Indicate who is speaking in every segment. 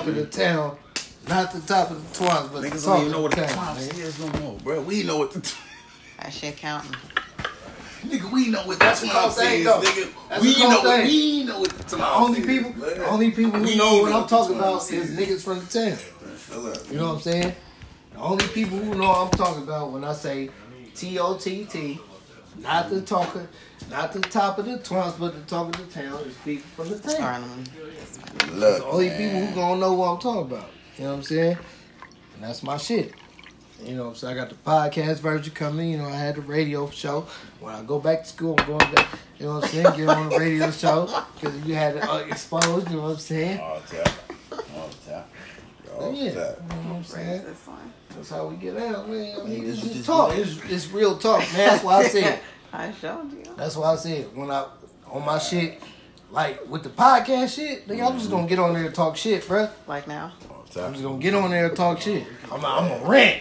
Speaker 1: of the town. Not the top of the twans, but the
Speaker 2: Niggas
Speaker 1: top
Speaker 2: don't even know
Speaker 1: of
Speaker 2: what
Speaker 1: the
Speaker 2: a
Speaker 1: town.
Speaker 2: twat
Speaker 1: nigga.
Speaker 2: is no more, bro. We know what the tw-
Speaker 3: That shit counting.
Speaker 2: nigga. We know what that's
Speaker 1: a
Speaker 2: what
Speaker 1: cold
Speaker 2: I'm
Speaker 1: thing,
Speaker 2: saying,
Speaker 1: though.
Speaker 2: nigga.
Speaker 1: That's
Speaker 2: We
Speaker 1: a cold
Speaker 2: know what
Speaker 1: thing.
Speaker 2: we know what the twat
Speaker 1: The only
Speaker 2: is,
Speaker 1: people,
Speaker 2: blood.
Speaker 1: the only people
Speaker 2: We
Speaker 1: who know what
Speaker 2: know
Speaker 1: I'm
Speaker 2: what
Speaker 1: talking
Speaker 2: the
Speaker 1: about
Speaker 2: twats
Speaker 1: is niggas
Speaker 2: is.
Speaker 1: from the town.
Speaker 2: Hello.
Speaker 1: You know what I'm saying? The only people who know I'm talking about when I say T O T T, not the talker, not the top of the twans, but the talk of the town is people from the town.
Speaker 3: All right, let
Speaker 1: The
Speaker 3: me-
Speaker 2: Look,
Speaker 1: only people
Speaker 2: man.
Speaker 1: who gonna know what I'm talking about. You know what I'm saying? And that's my shit. You know, so I got the podcast version coming. You know, I had the radio show. When I go back to school, I'm going back. You know what I'm saying? Get on the radio show because you had it uh, exposed. You know what I'm saying?
Speaker 2: All the time. All the time. All
Speaker 1: Yeah.
Speaker 2: the time.
Speaker 1: You know what I'm saying?
Speaker 3: This one.
Speaker 1: That's how we get out, man. I mean,
Speaker 2: Niggas
Speaker 1: it's just
Speaker 2: just
Speaker 1: talk.
Speaker 2: like-
Speaker 1: It's, it's real talk, man. That's why I said.
Speaker 3: I showed you.
Speaker 1: That's why I said when I on my shit, like with the podcast shit, nigga, I'm just gonna get on there and talk shit, bruh.
Speaker 3: Like now.
Speaker 2: All the
Speaker 1: I'm just
Speaker 2: time.
Speaker 1: gonna get on there and talk shit. I'm I'm gonna rant.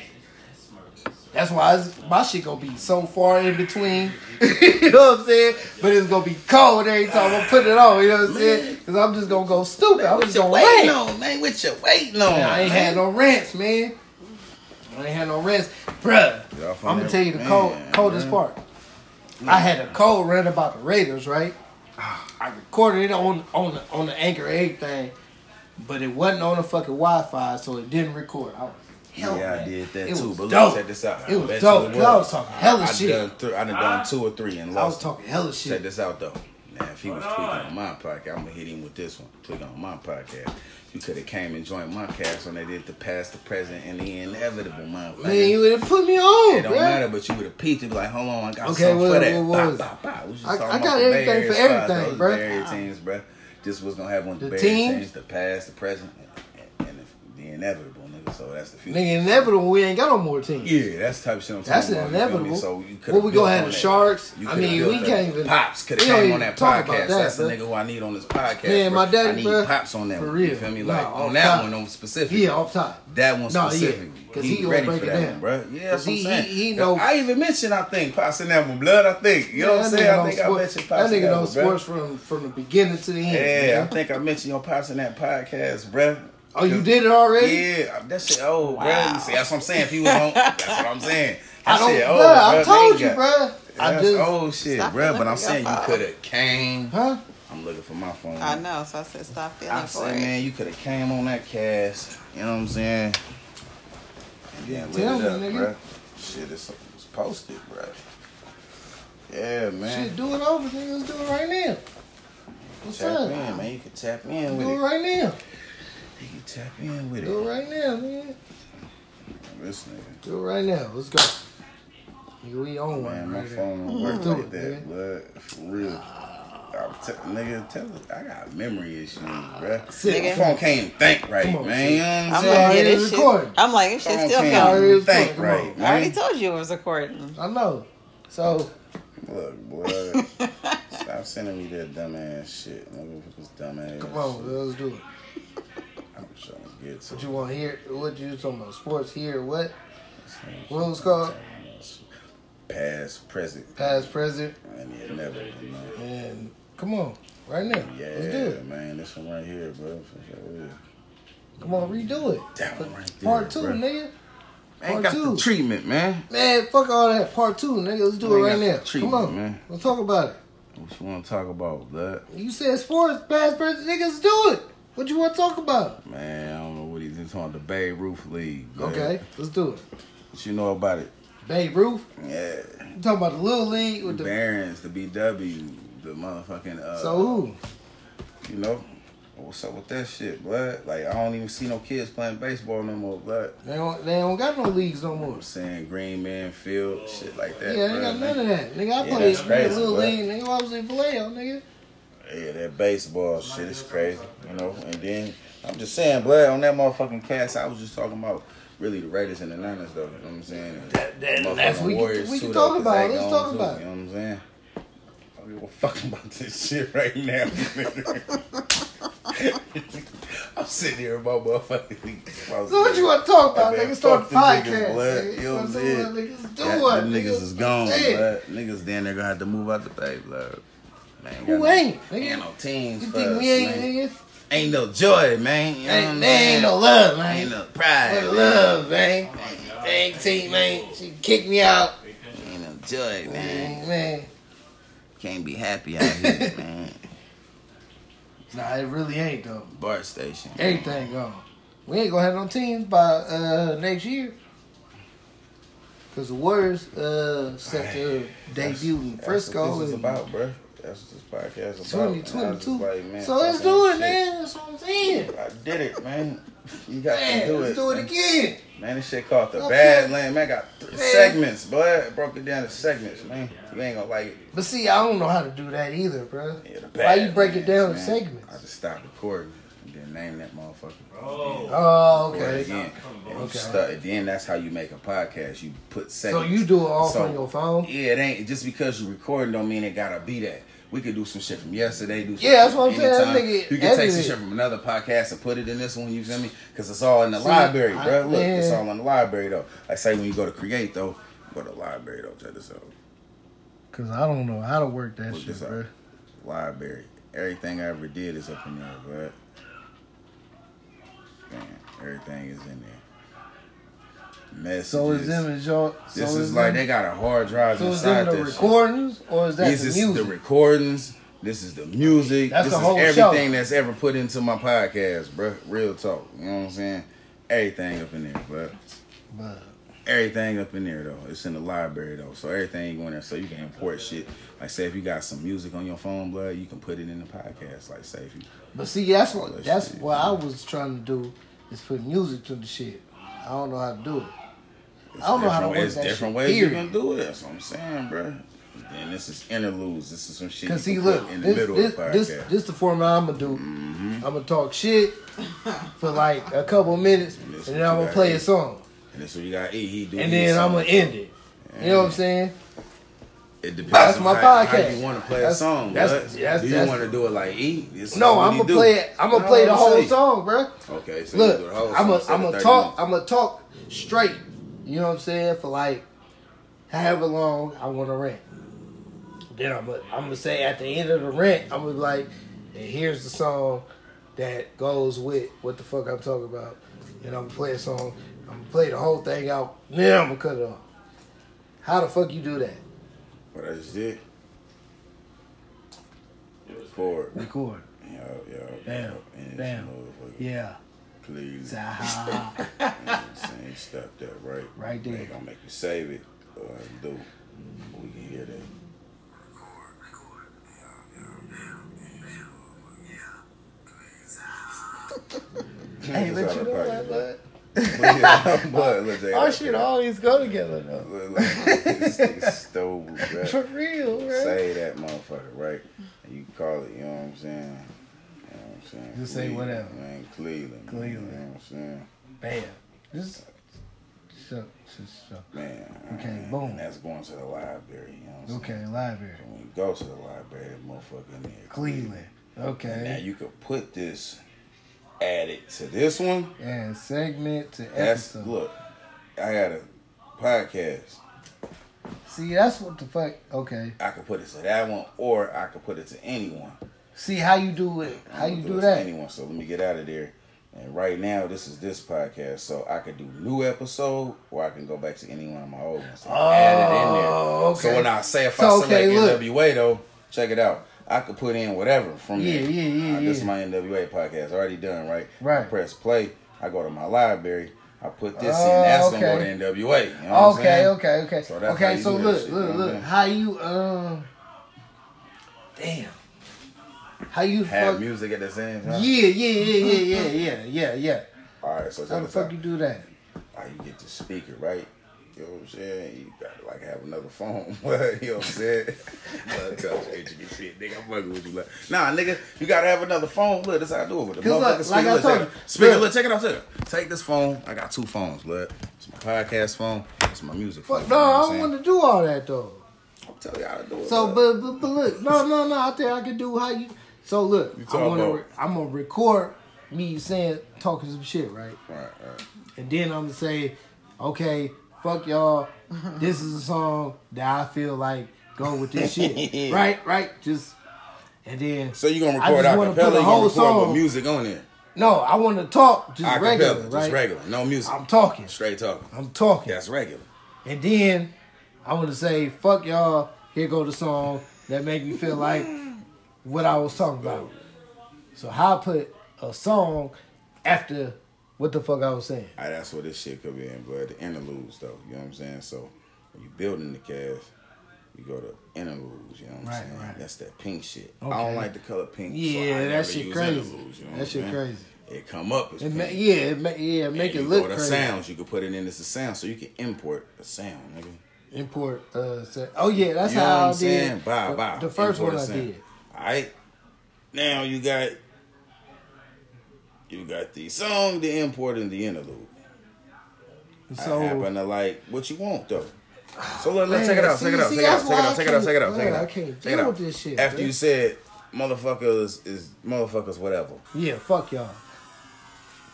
Speaker 1: That's why it's, my shit gonna be so far in between. you know what I'm saying? But it's gonna be cold every time I put it on. You know what I'm saying? Because I'm just gonna go stupid. I'm
Speaker 2: What
Speaker 1: just
Speaker 2: you
Speaker 1: gonna
Speaker 2: waiting
Speaker 1: rant.
Speaker 2: on, man? What you waiting on?
Speaker 1: I ain't had no rants, man. I ain't had no rants, bruh.
Speaker 2: Y'all from
Speaker 1: I'm gonna
Speaker 2: there-
Speaker 1: tell you the
Speaker 2: man,
Speaker 1: cold, coldest
Speaker 2: man.
Speaker 1: part. I had a cold rant about the Raiders, right?
Speaker 2: Ah.
Speaker 1: I recorded it on on the, on the Anchor Eight thing, but it wasn't on the fucking Wi-Fi, so it didn't record. I was hell,
Speaker 2: yeah,
Speaker 1: man.
Speaker 2: I did that
Speaker 1: it
Speaker 2: too.
Speaker 1: Was
Speaker 2: But look,
Speaker 1: dope.
Speaker 2: check this out.
Speaker 1: It
Speaker 2: I
Speaker 1: was
Speaker 2: bet
Speaker 1: dope,
Speaker 2: you it
Speaker 1: 'cause I was talking hella
Speaker 2: I
Speaker 1: shit.
Speaker 2: Done th- I done done two or three and
Speaker 1: I was
Speaker 2: lost.
Speaker 1: talking hella
Speaker 2: Check
Speaker 1: shit.
Speaker 2: this out though. Now, if he was tweaking on my podcast, I'm gonna hit him with this one. Tweak on my podcast. You could have came and joined my cast when they did the past, the present, and the inevitable. My
Speaker 1: Man, you would have put me on,
Speaker 2: It don't
Speaker 1: bruh.
Speaker 2: matter, but you would have peeked and be like, hold on, I got
Speaker 1: Okay,
Speaker 2: something
Speaker 1: what-
Speaker 2: for that.
Speaker 1: what
Speaker 2: Bah,
Speaker 1: was it?
Speaker 2: bah, bah. We was just
Speaker 1: I-
Speaker 2: talking
Speaker 1: I
Speaker 2: about
Speaker 1: got
Speaker 2: the
Speaker 1: everything
Speaker 2: Barry
Speaker 1: for
Speaker 2: squad,
Speaker 1: everything,
Speaker 2: those
Speaker 1: bruh.
Speaker 2: Barry teams, bruh. This was gonna happen with the,
Speaker 1: The
Speaker 2: Barry
Speaker 1: teams?
Speaker 2: teams, the past, the present, and, and the, the inevitable, nigga. So that's the future.
Speaker 1: Nigga, inevitable. We ain't got no more teams.
Speaker 2: Yeah, that's the type of shit I'm talking
Speaker 1: That's
Speaker 2: about. you feel
Speaker 1: inevitable.
Speaker 2: me? So you could've
Speaker 1: What we
Speaker 2: built
Speaker 1: gonna have,
Speaker 2: on
Speaker 1: the
Speaker 2: that.
Speaker 1: Sharks?
Speaker 2: You
Speaker 1: I
Speaker 2: could've
Speaker 1: mean,
Speaker 2: built
Speaker 1: we
Speaker 2: that.
Speaker 1: can't even-
Speaker 2: Pops could
Speaker 1: we
Speaker 2: have
Speaker 1: don't
Speaker 2: came on
Speaker 1: even
Speaker 2: that
Speaker 1: talk about
Speaker 2: podcast.
Speaker 1: that,
Speaker 2: that's the
Speaker 1: bruh.
Speaker 2: nigga who I need on this podcast.
Speaker 1: Man,
Speaker 2: bruh.
Speaker 1: my daddy,
Speaker 2: I need
Speaker 1: bruh.
Speaker 2: pops on that
Speaker 1: For
Speaker 2: one.
Speaker 1: real.
Speaker 2: You feel me?
Speaker 1: Nah, oh,
Speaker 2: Like
Speaker 1: off
Speaker 2: on that
Speaker 1: top.
Speaker 2: one, on specific.
Speaker 1: Yeah, off top.
Speaker 2: That one
Speaker 1: No, yeah,
Speaker 2: specifically.
Speaker 1: 'cause
Speaker 2: he,
Speaker 1: he gonna
Speaker 2: ready
Speaker 1: break
Speaker 2: for
Speaker 1: it
Speaker 2: that
Speaker 1: down.
Speaker 2: one, bro.
Speaker 1: 'Cause
Speaker 2: Yeah, that's what I'm
Speaker 1: he-
Speaker 2: saying.
Speaker 1: he- he know-
Speaker 2: I even mentioned, I think, Pops in that one. Blood, I think. You know what I'm
Speaker 1: That nigga
Speaker 2: saying? I
Speaker 1: know
Speaker 2: think I
Speaker 1: sport-
Speaker 2: mentioned Pops
Speaker 1: That
Speaker 2: in
Speaker 1: nigga
Speaker 2: that
Speaker 1: know
Speaker 2: one,
Speaker 1: sports
Speaker 2: bruh.
Speaker 1: from from the beginning to the end.
Speaker 2: Yeah,
Speaker 1: man.
Speaker 2: I think I mentioned your Pops in that podcast, bruh.
Speaker 1: Oh, you did it already?
Speaker 2: Yeah, that shit old,
Speaker 3: Wow.
Speaker 2: bruh. You See, that's what I'm saying. If he was on, that's what I'm saying. That
Speaker 1: I don't,
Speaker 2: shit
Speaker 1: bruh,
Speaker 2: old,
Speaker 1: I
Speaker 2: oh, bruh.
Speaker 1: told
Speaker 2: They
Speaker 1: you,
Speaker 2: got-
Speaker 1: bruh. I
Speaker 2: That's
Speaker 1: just,
Speaker 2: old shit,
Speaker 3: Stop
Speaker 2: bruh. But
Speaker 3: delivering
Speaker 2: I'm saying you
Speaker 3: your
Speaker 2: could have came.
Speaker 1: huh?
Speaker 2: I'm looking for my phone.
Speaker 3: I know, so I said stop feeling
Speaker 2: I
Speaker 3: for
Speaker 2: said,
Speaker 3: it.
Speaker 2: man, you could have came on that cast. You know what I'm saying? And then lit
Speaker 1: tell
Speaker 2: it
Speaker 1: me,
Speaker 2: up,
Speaker 1: nigga.
Speaker 2: bruh. Shit, it's, it's posted, bruh. Yeah, man.
Speaker 1: Shit, do it over, nigga. Let's do it right now. What's
Speaker 2: tap
Speaker 1: up?
Speaker 2: in, man. You can tap in with
Speaker 1: Do it
Speaker 2: it.
Speaker 1: right now.
Speaker 2: You can tap in with
Speaker 1: Do it
Speaker 2: it.
Speaker 1: right now, man.
Speaker 2: This nigga.
Speaker 1: Do it right now. Let's go. Nigga, we on
Speaker 2: Man,
Speaker 1: one
Speaker 2: my
Speaker 1: right there.
Speaker 2: phone don't work
Speaker 1: Do
Speaker 2: like
Speaker 1: it,
Speaker 2: that,
Speaker 1: nigga.
Speaker 2: but for real.
Speaker 1: Ah.
Speaker 2: I'm t- nigga, tell it. I got memory issues, bruh.
Speaker 1: Ah. Sit.
Speaker 2: My
Speaker 3: Nigga.
Speaker 2: phone can't even think right,
Speaker 1: Come on,
Speaker 2: man.
Speaker 1: sit.
Speaker 2: You know what I'm
Speaker 3: I'm
Speaker 2: saying?
Speaker 1: Yeah,
Speaker 3: like, yeah,
Speaker 1: it
Speaker 3: this
Speaker 1: is
Speaker 3: shit.
Speaker 1: recording.
Speaker 3: I'm like, this shit
Speaker 2: Phone
Speaker 3: still
Speaker 2: can't
Speaker 3: counting.
Speaker 2: even
Speaker 1: counting.
Speaker 2: think
Speaker 1: Come on.
Speaker 2: right,
Speaker 3: I already
Speaker 2: man.
Speaker 3: told you it was recording.
Speaker 1: I know. So,
Speaker 2: Look, boy. Stop sending me that dumbass shit. Nigga, with this dumbass.
Speaker 1: come on, let's do it.
Speaker 2: shit. I'm trying to get to
Speaker 1: What you want here? What you talking about? Sports here? What?
Speaker 2: this nigga.
Speaker 1: What was called?
Speaker 2: Past, present,
Speaker 1: Past, present,
Speaker 2: and the inevitable, man.
Speaker 1: and come on, right now.
Speaker 2: Yeah,
Speaker 1: Let's do it.
Speaker 2: man. This one right here, bro. For sure.
Speaker 1: Come on, redo it.
Speaker 2: That one right there.
Speaker 1: Part two,
Speaker 2: bro.
Speaker 1: nigga.
Speaker 2: Ain't
Speaker 1: Part
Speaker 2: got
Speaker 1: two.
Speaker 2: the treatment, man.
Speaker 1: Man, fuck all that. Part two, nigga. Let's do it
Speaker 2: Ain't
Speaker 1: right
Speaker 2: got
Speaker 1: now.
Speaker 2: the treatment,
Speaker 1: Come on,
Speaker 2: man.
Speaker 1: Let's talk about it.
Speaker 2: What you want to talk about, blood?
Speaker 1: You said sports, past, present, niggas do it. What you want to talk about?
Speaker 2: Man, I don't know what he's into on the Bay Roof League. Blood.
Speaker 1: Okay, let's do it.
Speaker 2: What you know about it?
Speaker 1: Babe Ruth.
Speaker 2: Yeah.
Speaker 1: You talking about the little league
Speaker 2: The
Speaker 1: with the?
Speaker 2: Barons, the BW, the motherfucking. Uh,
Speaker 1: So who?
Speaker 2: You know, what's up with that shit, blood? Like I don't even see no kids playing baseball no more, blood.
Speaker 1: They don't. They don't got no leagues no more.
Speaker 2: I'm saying Green Man Field, shit like
Speaker 1: Yeah,
Speaker 2: that.
Speaker 1: they
Speaker 2: bruh.
Speaker 1: got none of that. Nigga, I
Speaker 2: Yeah,
Speaker 1: played
Speaker 2: that's crazy,
Speaker 1: little
Speaker 2: bro.
Speaker 1: league. Nigga, I was in Vallejo, nigga.
Speaker 2: Yeah, that baseball shit is crazy, you know. And then I'm just saying, blood on that motherfucking cast. I was just talking about really the Raiders and the Niners, though. You know what I'm saying? And
Speaker 1: that-
Speaker 2: the
Speaker 1: that's
Speaker 2: motherfucking
Speaker 1: we can-
Speaker 2: Warriors,
Speaker 1: we can
Speaker 2: too,
Speaker 1: talk
Speaker 2: though, 'cause
Speaker 1: about it.
Speaker 2: they
Speaker 1: Let's
Speaker 2: gone,
Speaker 1: talk
Speaker 2: too,
Speaker 1: about it.
Speaker 2: You know what I'm saying? I don't give a fuck about this shit right now. nigga. I'm sitting here about motherfucking.
Speaker 1: So what you want to talk about,
Speaker 2: Hey, man,
Speaker 1: nigga? Start
Speaker 2: fuck
Speaker 1: the
Speaker 2: them niggas,
Speaker 1: podcast.
Speaker 2: blood.
Speaker 1: nigga.
Speaker 2: You know what I'm
Speaker 1: Start doing what Niggas
Speaker 2: saying?
Speaker 1: do
Speaker 2: God,
Speaker 1: what?
Speaker 2: them niggas is gone,
Speaker 1: Hey,
Speaker 2: blood. Niggas down there gonna have to move out the bay, blood. Man,
Speaker 1: Who
Speaker 2: got no-
Speaker 1: ain't? Nigga,
Speaker 2: ain't no teams
Speaker 1: you
Speaker 2: for
Speaker 1: think
Speaker 2: us,
Speaker 1: we ain't,
Speaker 2: man.
Speaker 1: nigga?
Speaker 2: Ain't no joy, man. You know what
Speaker 1: Ain't,
Speaker 2: I'm
Speaker 1: there ain't
Speaker 2: saying?
Speaker 1: no love, man.
Speaker 2: Ain't no pride.
Speaker 1: Ain't
Speaker 2: man.
Speaker 1: love, man. Dang team, man. She kicked me out.
Speaker 2: Ain't no joy, man.
Speaker 1: Man, man.
Speaker 2: Can't be happy out here, man.
Speaker 1: Nah, it really ain't though.
Speaker 2: Bar station.
Speaker 1: Everything gone. We ain't gonna have no teams by uh, next year. Cause the Warriors uh, set to debut in Frisco
Speaker 2: That's
Speaker 1: in
Speaker 2: what this is about, bro. That's what this podcast is about. man. I was just
Speaker 1: 2022.
Speaker 2: like, man,
Speaker 1: so let's
Speaker 2: fucking
Speaker 1: do it,
Speaker 2: shit.
Speaker 1: man. That's what I'm saying.
Speaker 2: I did it, man. You got to
Speaker 1: Man,
Speaker 2: do
Speaker 1: let's
Speaker 2: it.
Speaker 1: do it
Speaker 2: man.
Speaker 1: again.
Speaker 2: Man, this shit called the
Speaker 1: Okay.
Speaker 2: Badland. Man, got three
Speaker 1: Man.
Speaker 2: segments, boy. Broke it down to segments, man. You ain't gonna like it.
Speaker 1: But see, I don't know how to do that either, bro.
Speaker 2: Yeah, the
Speaker 1: Why you break it
Speaker 2: Badlands,
Speaker 1: down in
Speaker 2: man. I
Speaker 1: segments?
Speaker 2: just stopped recording and then name that motherfucker.
Speaker 4: Oh.
Speaker 1: Oh,
Speaker 2: Record
Speaker 1: okay.
Speaker 2: Again. And you
Speaker 1: Okay.
Speaker 2: start- and then that's how you make a podcast. You put
Speaker 1: So
Speaker 2: segments.
Speaker 1: you do it all
Speaker 2: So-
Speaker 1: from your phone?
Speaker 2: Yeah, it ain't just because you recording don't mean it gotta be that. We could do some shit from yesterday. Do some
Speaker 1: Yeah, that's
Speaker 2: shit
Speaker 1: what
Speaker 2: from
Speaker 1: I'm saying. That
Speaker 2: anytime.
Speaker 1: nigga
Speaker 2: You can take some
Speaker 1: edited.
Speaker 2: shit from another podcast and put it in this one. You feel me? Because it's all in the
Speaker 1: See,
Speaker 2: library,
Speaker 1: I-
Speaker 2: bro. Look, it's
Speaker 1: yeah.
Speaker 2: all in the library though. I say when you go to create though, go to library though. Check this out.
Speaker 1: Cause I don't know how to work that
Speaker 2: Look
Speaker 1: shit,
Speaker 2: this uh, up.
Speaker 1: bro.
Speaker 2: Library. Everything I ever did is up in there, bro. Man, everything is in there. Messages.
Speaker 1: So is them is your so
Speaker 2: This is
Speaker 1: them-
Speaker 2: like they got a hard drive
Speaker 1: so is
Speaker 2: inside
Speaker 1: them the
Speaker 2: this. shit.
Speaker 1: recordings or is that
Speaker 2: This
Speaker 1: the
Speaker 2: is
Speaker 1: music?
Speaker 2: the recordings. This is the music.
Speaker 1: That's
Speaker 2: this
Speaker 1: the
Speaker 2: is
Speaker 1: whole
Speaker 2: everything
Speaker 1: show.
Speaker 2: that's ever put into my podcast, bruh. Real talk. You know what I'm saying? Everything up in there, bruh.
Speaker 1: but
Speaker 2: Everything up in there though. It's in the library though, so everything go in there. So you can import shit. Like say if you got some music on your phone, blood, you can put it in the podcast. Like say if you
Speaker 1: but see that's what
Speaker 2: Let's
Speaker 1: that's
Speaker 2: see.
Speaker 1: what I was trying to do is put music to the shit. I don't know how to do it.
Speaker 2: It's
Speaker 1: I don't know how to
Speaker 2: different-
Speaker 1: work
Speaker 2: it's
Speaker 1: that
Speaker 2: different
Speaker 1: shit,
Speaker 2: ways
Speaker 1: period.
Speaker 2: you can do it. That's what I'm saying, bruh. And this is interludes. This is some shit.
Speaker 1: Cause
Speaker 2: you
Speaker 1: see
Speaker 2: can
Speaker 1: look
Speaker 2: put in the
Speaker 1: this
Speaker 2: middle
Speaker 1: this,
Speaker 2: of the podcast. Mm-hmm.
Speaker 1: this this the format I'm gonna do. I'm gonna talk shit for like a couple minutes and,
Speaker 2: this
Speaker 1: then
Speaker 2: what you
Speaker 1: I'm gonna
Speaker 2: gotta
Speaker 1: play
Speaker 2: do.
Speaker 1: a song
Speaker 2: and that's what you got. He, he do
Speaker 1: and
Speaker 2: his
Speaker 1: then I'm
Speaker 2: song.
Speaker 1: gonna end it. You know what I'm saying?
Speaker 2: It depends
Speaker 1: That's
Speaker 2: on
Speaker 1: my
Speaker 2: how,
Speaker 1: podcast.
Speaker 2: How you want to play
Speaker 1: That's-
Speaker 2: a song?
Speaker 1: that's-
Speaker 2: bud.
Speaker 1: that's-
Speaker 2: do you
Speaker 1: that's-
Speaker 2: want to do it like E? This is
Speaker 1: No,
Speaker 2: what
Speaker 1: I'm
Speaker 2: he
Speaker 1: gonna
Speaker 2: do.
Speaker 1: play it. I'm gonna
Speaker 2: No,
Speaker 1: play the
Speaker 2: I'm
Speaker 1: whole
Speaker 2: saying-
Speaker 1: song, bruh.
Speaker 2: Okay, so you do
Speaker 1: Look,
Speaker 2: the whole
Speaker 1: I'm
Speaker 2: song
Speaker 1: a,
Speaker 2: instead of
Speaker 1: I'm gonna
Speaker 2: 30
Speaker 1: talk.
Speaker 2: minutes.
Speaker 1: I'm gonna talk straight. You know what I'm saying? For like however long I want to rant. Then I'm gonna, I'm gonna say at the end of the rant, I'm gonna be like, and here's the song that goes with what the fuck I'm talking about. And I'm gonna play a song. I'm gonna play the whole thing out. Then I'm gonna cut it off. How the fuck you do that?
Speaker 2: But that's just it. Forward. Yo,
Speaker 1: Record.
Speaker 2: yo,
Speaker 1: Damn,
Speaker 2: yo, and
Speaker 1: damn.
Speaker 2: motherfucker,
Speaker 1: Yeah.
Speaker 2: Please.
Speaker 1: Zaha.
Speaker 2: You know what I'm saying? Stop that right.
Speaker 1: Right there. Mm-hmm.
Speaker 2: They gonna make you save it or I do. We can hear that.
Speaker 1: hey, let you know that,
Speaker 2: but.
Speaker 1: bud.
Speaker 2: but look,
Speaker 1: Our shit always go together though.
Speaker 2: Stove,
Speaker 1: For
Speaker 2: bro.
Speaker 1: real, bro.
Speaker 2: Say that motherfucker, right? And you call it, you know what I'm saying? You know what I'm saying?
Speaker 1: Just say
Speaker 2: Cleveland,
Speaker 1: whatever.
Speaker 2: Man, Cleveland.
Speaker 1: Cleveland.
Speaker 2: You know what I'm saying?
Speaker 1: Bam. Just so, so, so.
Speaker 2: Man.
Speaker 1: Okay,
Speaker 2: and
Speaker 1: boom.
Speaker 2: that's going to the library, you know what I'm saying?
Speaker 1: Okay, library.
Speaker 2: When you go to the library, that motherfucker in there.
Speaker 1: Cleveland.
Speaker 2: Now
Speaker 1: Okay.
Speaker 2: you could put this, add it to this one.
Speaker 1: And segment to
Speaker 2: That's
Speaker 1: episode.
Speaker 2: look, I got a podcast.
Speaker 1: See, that's what the fuck. Okay.
Speaker 2: I could put it to that one, or I could put it to anyone.
Speaker 1: See how you do it.
Speaker 2: I'm
Speaker 1: How
Speaker 2: gonna
Speaker 1: you do
Speaker 2: it To
Speaker 1: that?
Speaker 2: anyone. So let me get out of there. And right now, this is this podcast, so I could do new episode, or I can go back to any one of my old ones. So
Speaker 1: Oh,
Speaker 2: add it in there. So
Speaker 1: okay.
Speaker 2: when I say if
Speaker 1: So,
Speaker 2: I
Speaker 1: okay,
Speaker 2: select
Speaker 1: look.
Speaker 2: NWA though, check it out. I could put in whatever from
Speaker 1: Yeah,
Speaker 2: there.
Speaker 1: yeah, yeah,
Speaker 2: Uh, This is
Speaker 1: yeah.
Speaker 2: my NWA podcast already done, right?
Speaker 1: Right.
Speaker 2: I press play. I go to my library. I put this
Speaker 1: Oh,
Speaker 2: in. That's
Speaker 1: okay.
Speaker 2: gonna go to NWA. You know what I'm
Speaker 1: Okay,
Speaker 2: saying?
Speaker 1: okay, okay.
Speaker 2: So that's how
Speaker 1: okay,
Speaker 2: you
Speaker 1: so
Speaker 2: do that
Speaker 1: look,
Speaker 2: shit, you know
Speaker 1: look,
Speaker 2: what
Speaker 1: look.
Speaker 2: I'm
Speaker 1: How you um Damn. How you
Speaker 2: Have
Speaker 1: fuck
Speaker 2: music at the same
Speaker 1: Yeah,
Speaker 2: time.
Speaker 1: yeah, yeah, yeah, yeah, yeah, yeah, yeah.
Speaker 2: All right. So check
Speaker 1: How the
Speaker 2: this
Speaker 1: fuck
Speaker 2: out.
Speaker 1: you do that?
Speaker 2: how you get the speaker, right? You know what I'm saying? You gotta like have another phone. you know what I'm saying? Blood touch, intricate shit, nigga. I'm fucking with you. Like, nah, nigga, you gotta have another phone. Look, that's how I do it with the
Speaker 1: 'Cause look,
Speaker 2: motherfucking
Speaker 1: like
Speaker 2: speaker.
Speaker 1: I
Speaker 2: Look,
Speaker 1: told
Speaker 2: check it.
Speaker 1: you,
Speaker 2: Speaker,
Speaker 1: look.
Speaker 2: look, check it out, check it out. Take this phone. I got two phones, blood. It's my podcast phone. It's my music phone.
Speaker 1: Fuck no, I don't wanna do all that though.
Speaker 2: to tell you how to do it.
Speaker 1: So,
Speaker 2: blood.
Speaker 1: but, but but look, no, no, no. I think I can do how you. So look,
Speaker 2: You talk
Speaker 1: I'm gonna
Speaker 2: about-
Speaker 1: re- I'm gonna record me saying talking some shit, right?
Speaker 2: All right, all right.
Speaker 1: And then I'm gonna say, okay, fuck y'all. This is a song that I feel like go with this shit, right? Right? Just And then
Speaker 2: So you gonna
Speaker 1: I
Speaker 2: record
Speaker 1: just wanna put
Speaker 2: acapella?
Speaker 1: a
Speaker 2: You
Speaker 1: whole
Speaker 2: gonna record
Speaker 1: song.
Speaker 2: with music on it?
Speaker 1: No, I want to talk just
Speaker 2: Acapella,
Speaker 1: regular,
Speaker 2: just
Speaker 1: right?
Speaker 2: regular, no music,
Speaker 1: I'm talking.
Speaker 2: straight talking.
Speaker 1: I'm talking.
Speaker 2: That's regular.
Speaker 1: And then I want to say, fuck y'all. Here go the song that made me feel like what I was talking about. So how I put a song after what the fuck I was saying.
Speaker 2: Ah, that's where this shit could be in, but the interludes though, you know what I'm saying? So when you building the cast, you go to interludes, you know what I'm
Speaker 1: Right,
Speaker 2: saying?
Speaker 1: right.
Speaker 2: That's that pink shit. I
Speaker 1: Okay.
Speaker 2: don't like the color pink. so I
Speaker 1: Yeah, that
Speaker 2: never
Speaker 1: shit
Speaker 2: use
Speaker 1: crazy.
Speaker 2: Interludes, you know
Speaker 1: That
Speaker 2: what I'm
Speaker 1: shit
Speaker 2: saying?
Speaker 1: crazy.
Speaker 2: It come up as
Speaker 1: It
Speaker 2: pink.
Speaker 1: ma- yeah, it ma- yeah,
Speaker 2: And
Speaker 1: make
Speaker 2: you
Speaker 1: it look
Speaker 2: go to
Speaker 1: crazy.
Speaker 2: sounds. You can put it in as a sound, so you can import a sound, nigga.
Speaker 1: Import. Uh, sa- oh yeah, that's
Speaker 2: you know
Speaker 1: how
Speaker 2: what
Speaker 1: I
Speaker 2: I'm
Speaker 1: did
Speaker 2: saying? Bow,
Speaker 1: the-
Speaker 2: bow.
Speaker 1: the first
Speaker 2: Import
Speaker 1: one
Speaker 2: a
Speaker 1: I
Speaker 2: sound.
Speaker 1: did.
Speaker 2: All right. Now you got you got the song, the import, and the interlude.
Speaker 1: So
Speaker 2: I happen to like what you want though. So let,
Speaker 1: Man,
Speaker 2: let's check it out,
Speaker 1: see-
Speaker 2: check it out,
Speaker 1: see,
Speaker 2: check it out,
Speaker 1: that's
Speaker 2: check it
Speaker 1: why
Speaker 2: out,
Speaker 1: I
Speaker 2: check it
Speaker 1: can't-
Speaker 2: out, check it out, check it
Speaker 1: man, I
Speaker 2: out.
Speaker 1: can't
Speaker 2: check it
Speaker 1: deal
Speaker 2: out.
Speaker 1: with this shit,
Speaker 2: After
Speaker 1: man.
Speaker 2: you said motherfuckers is motherfuckers whatever.
Speaker 1: yeah, fuck y'all.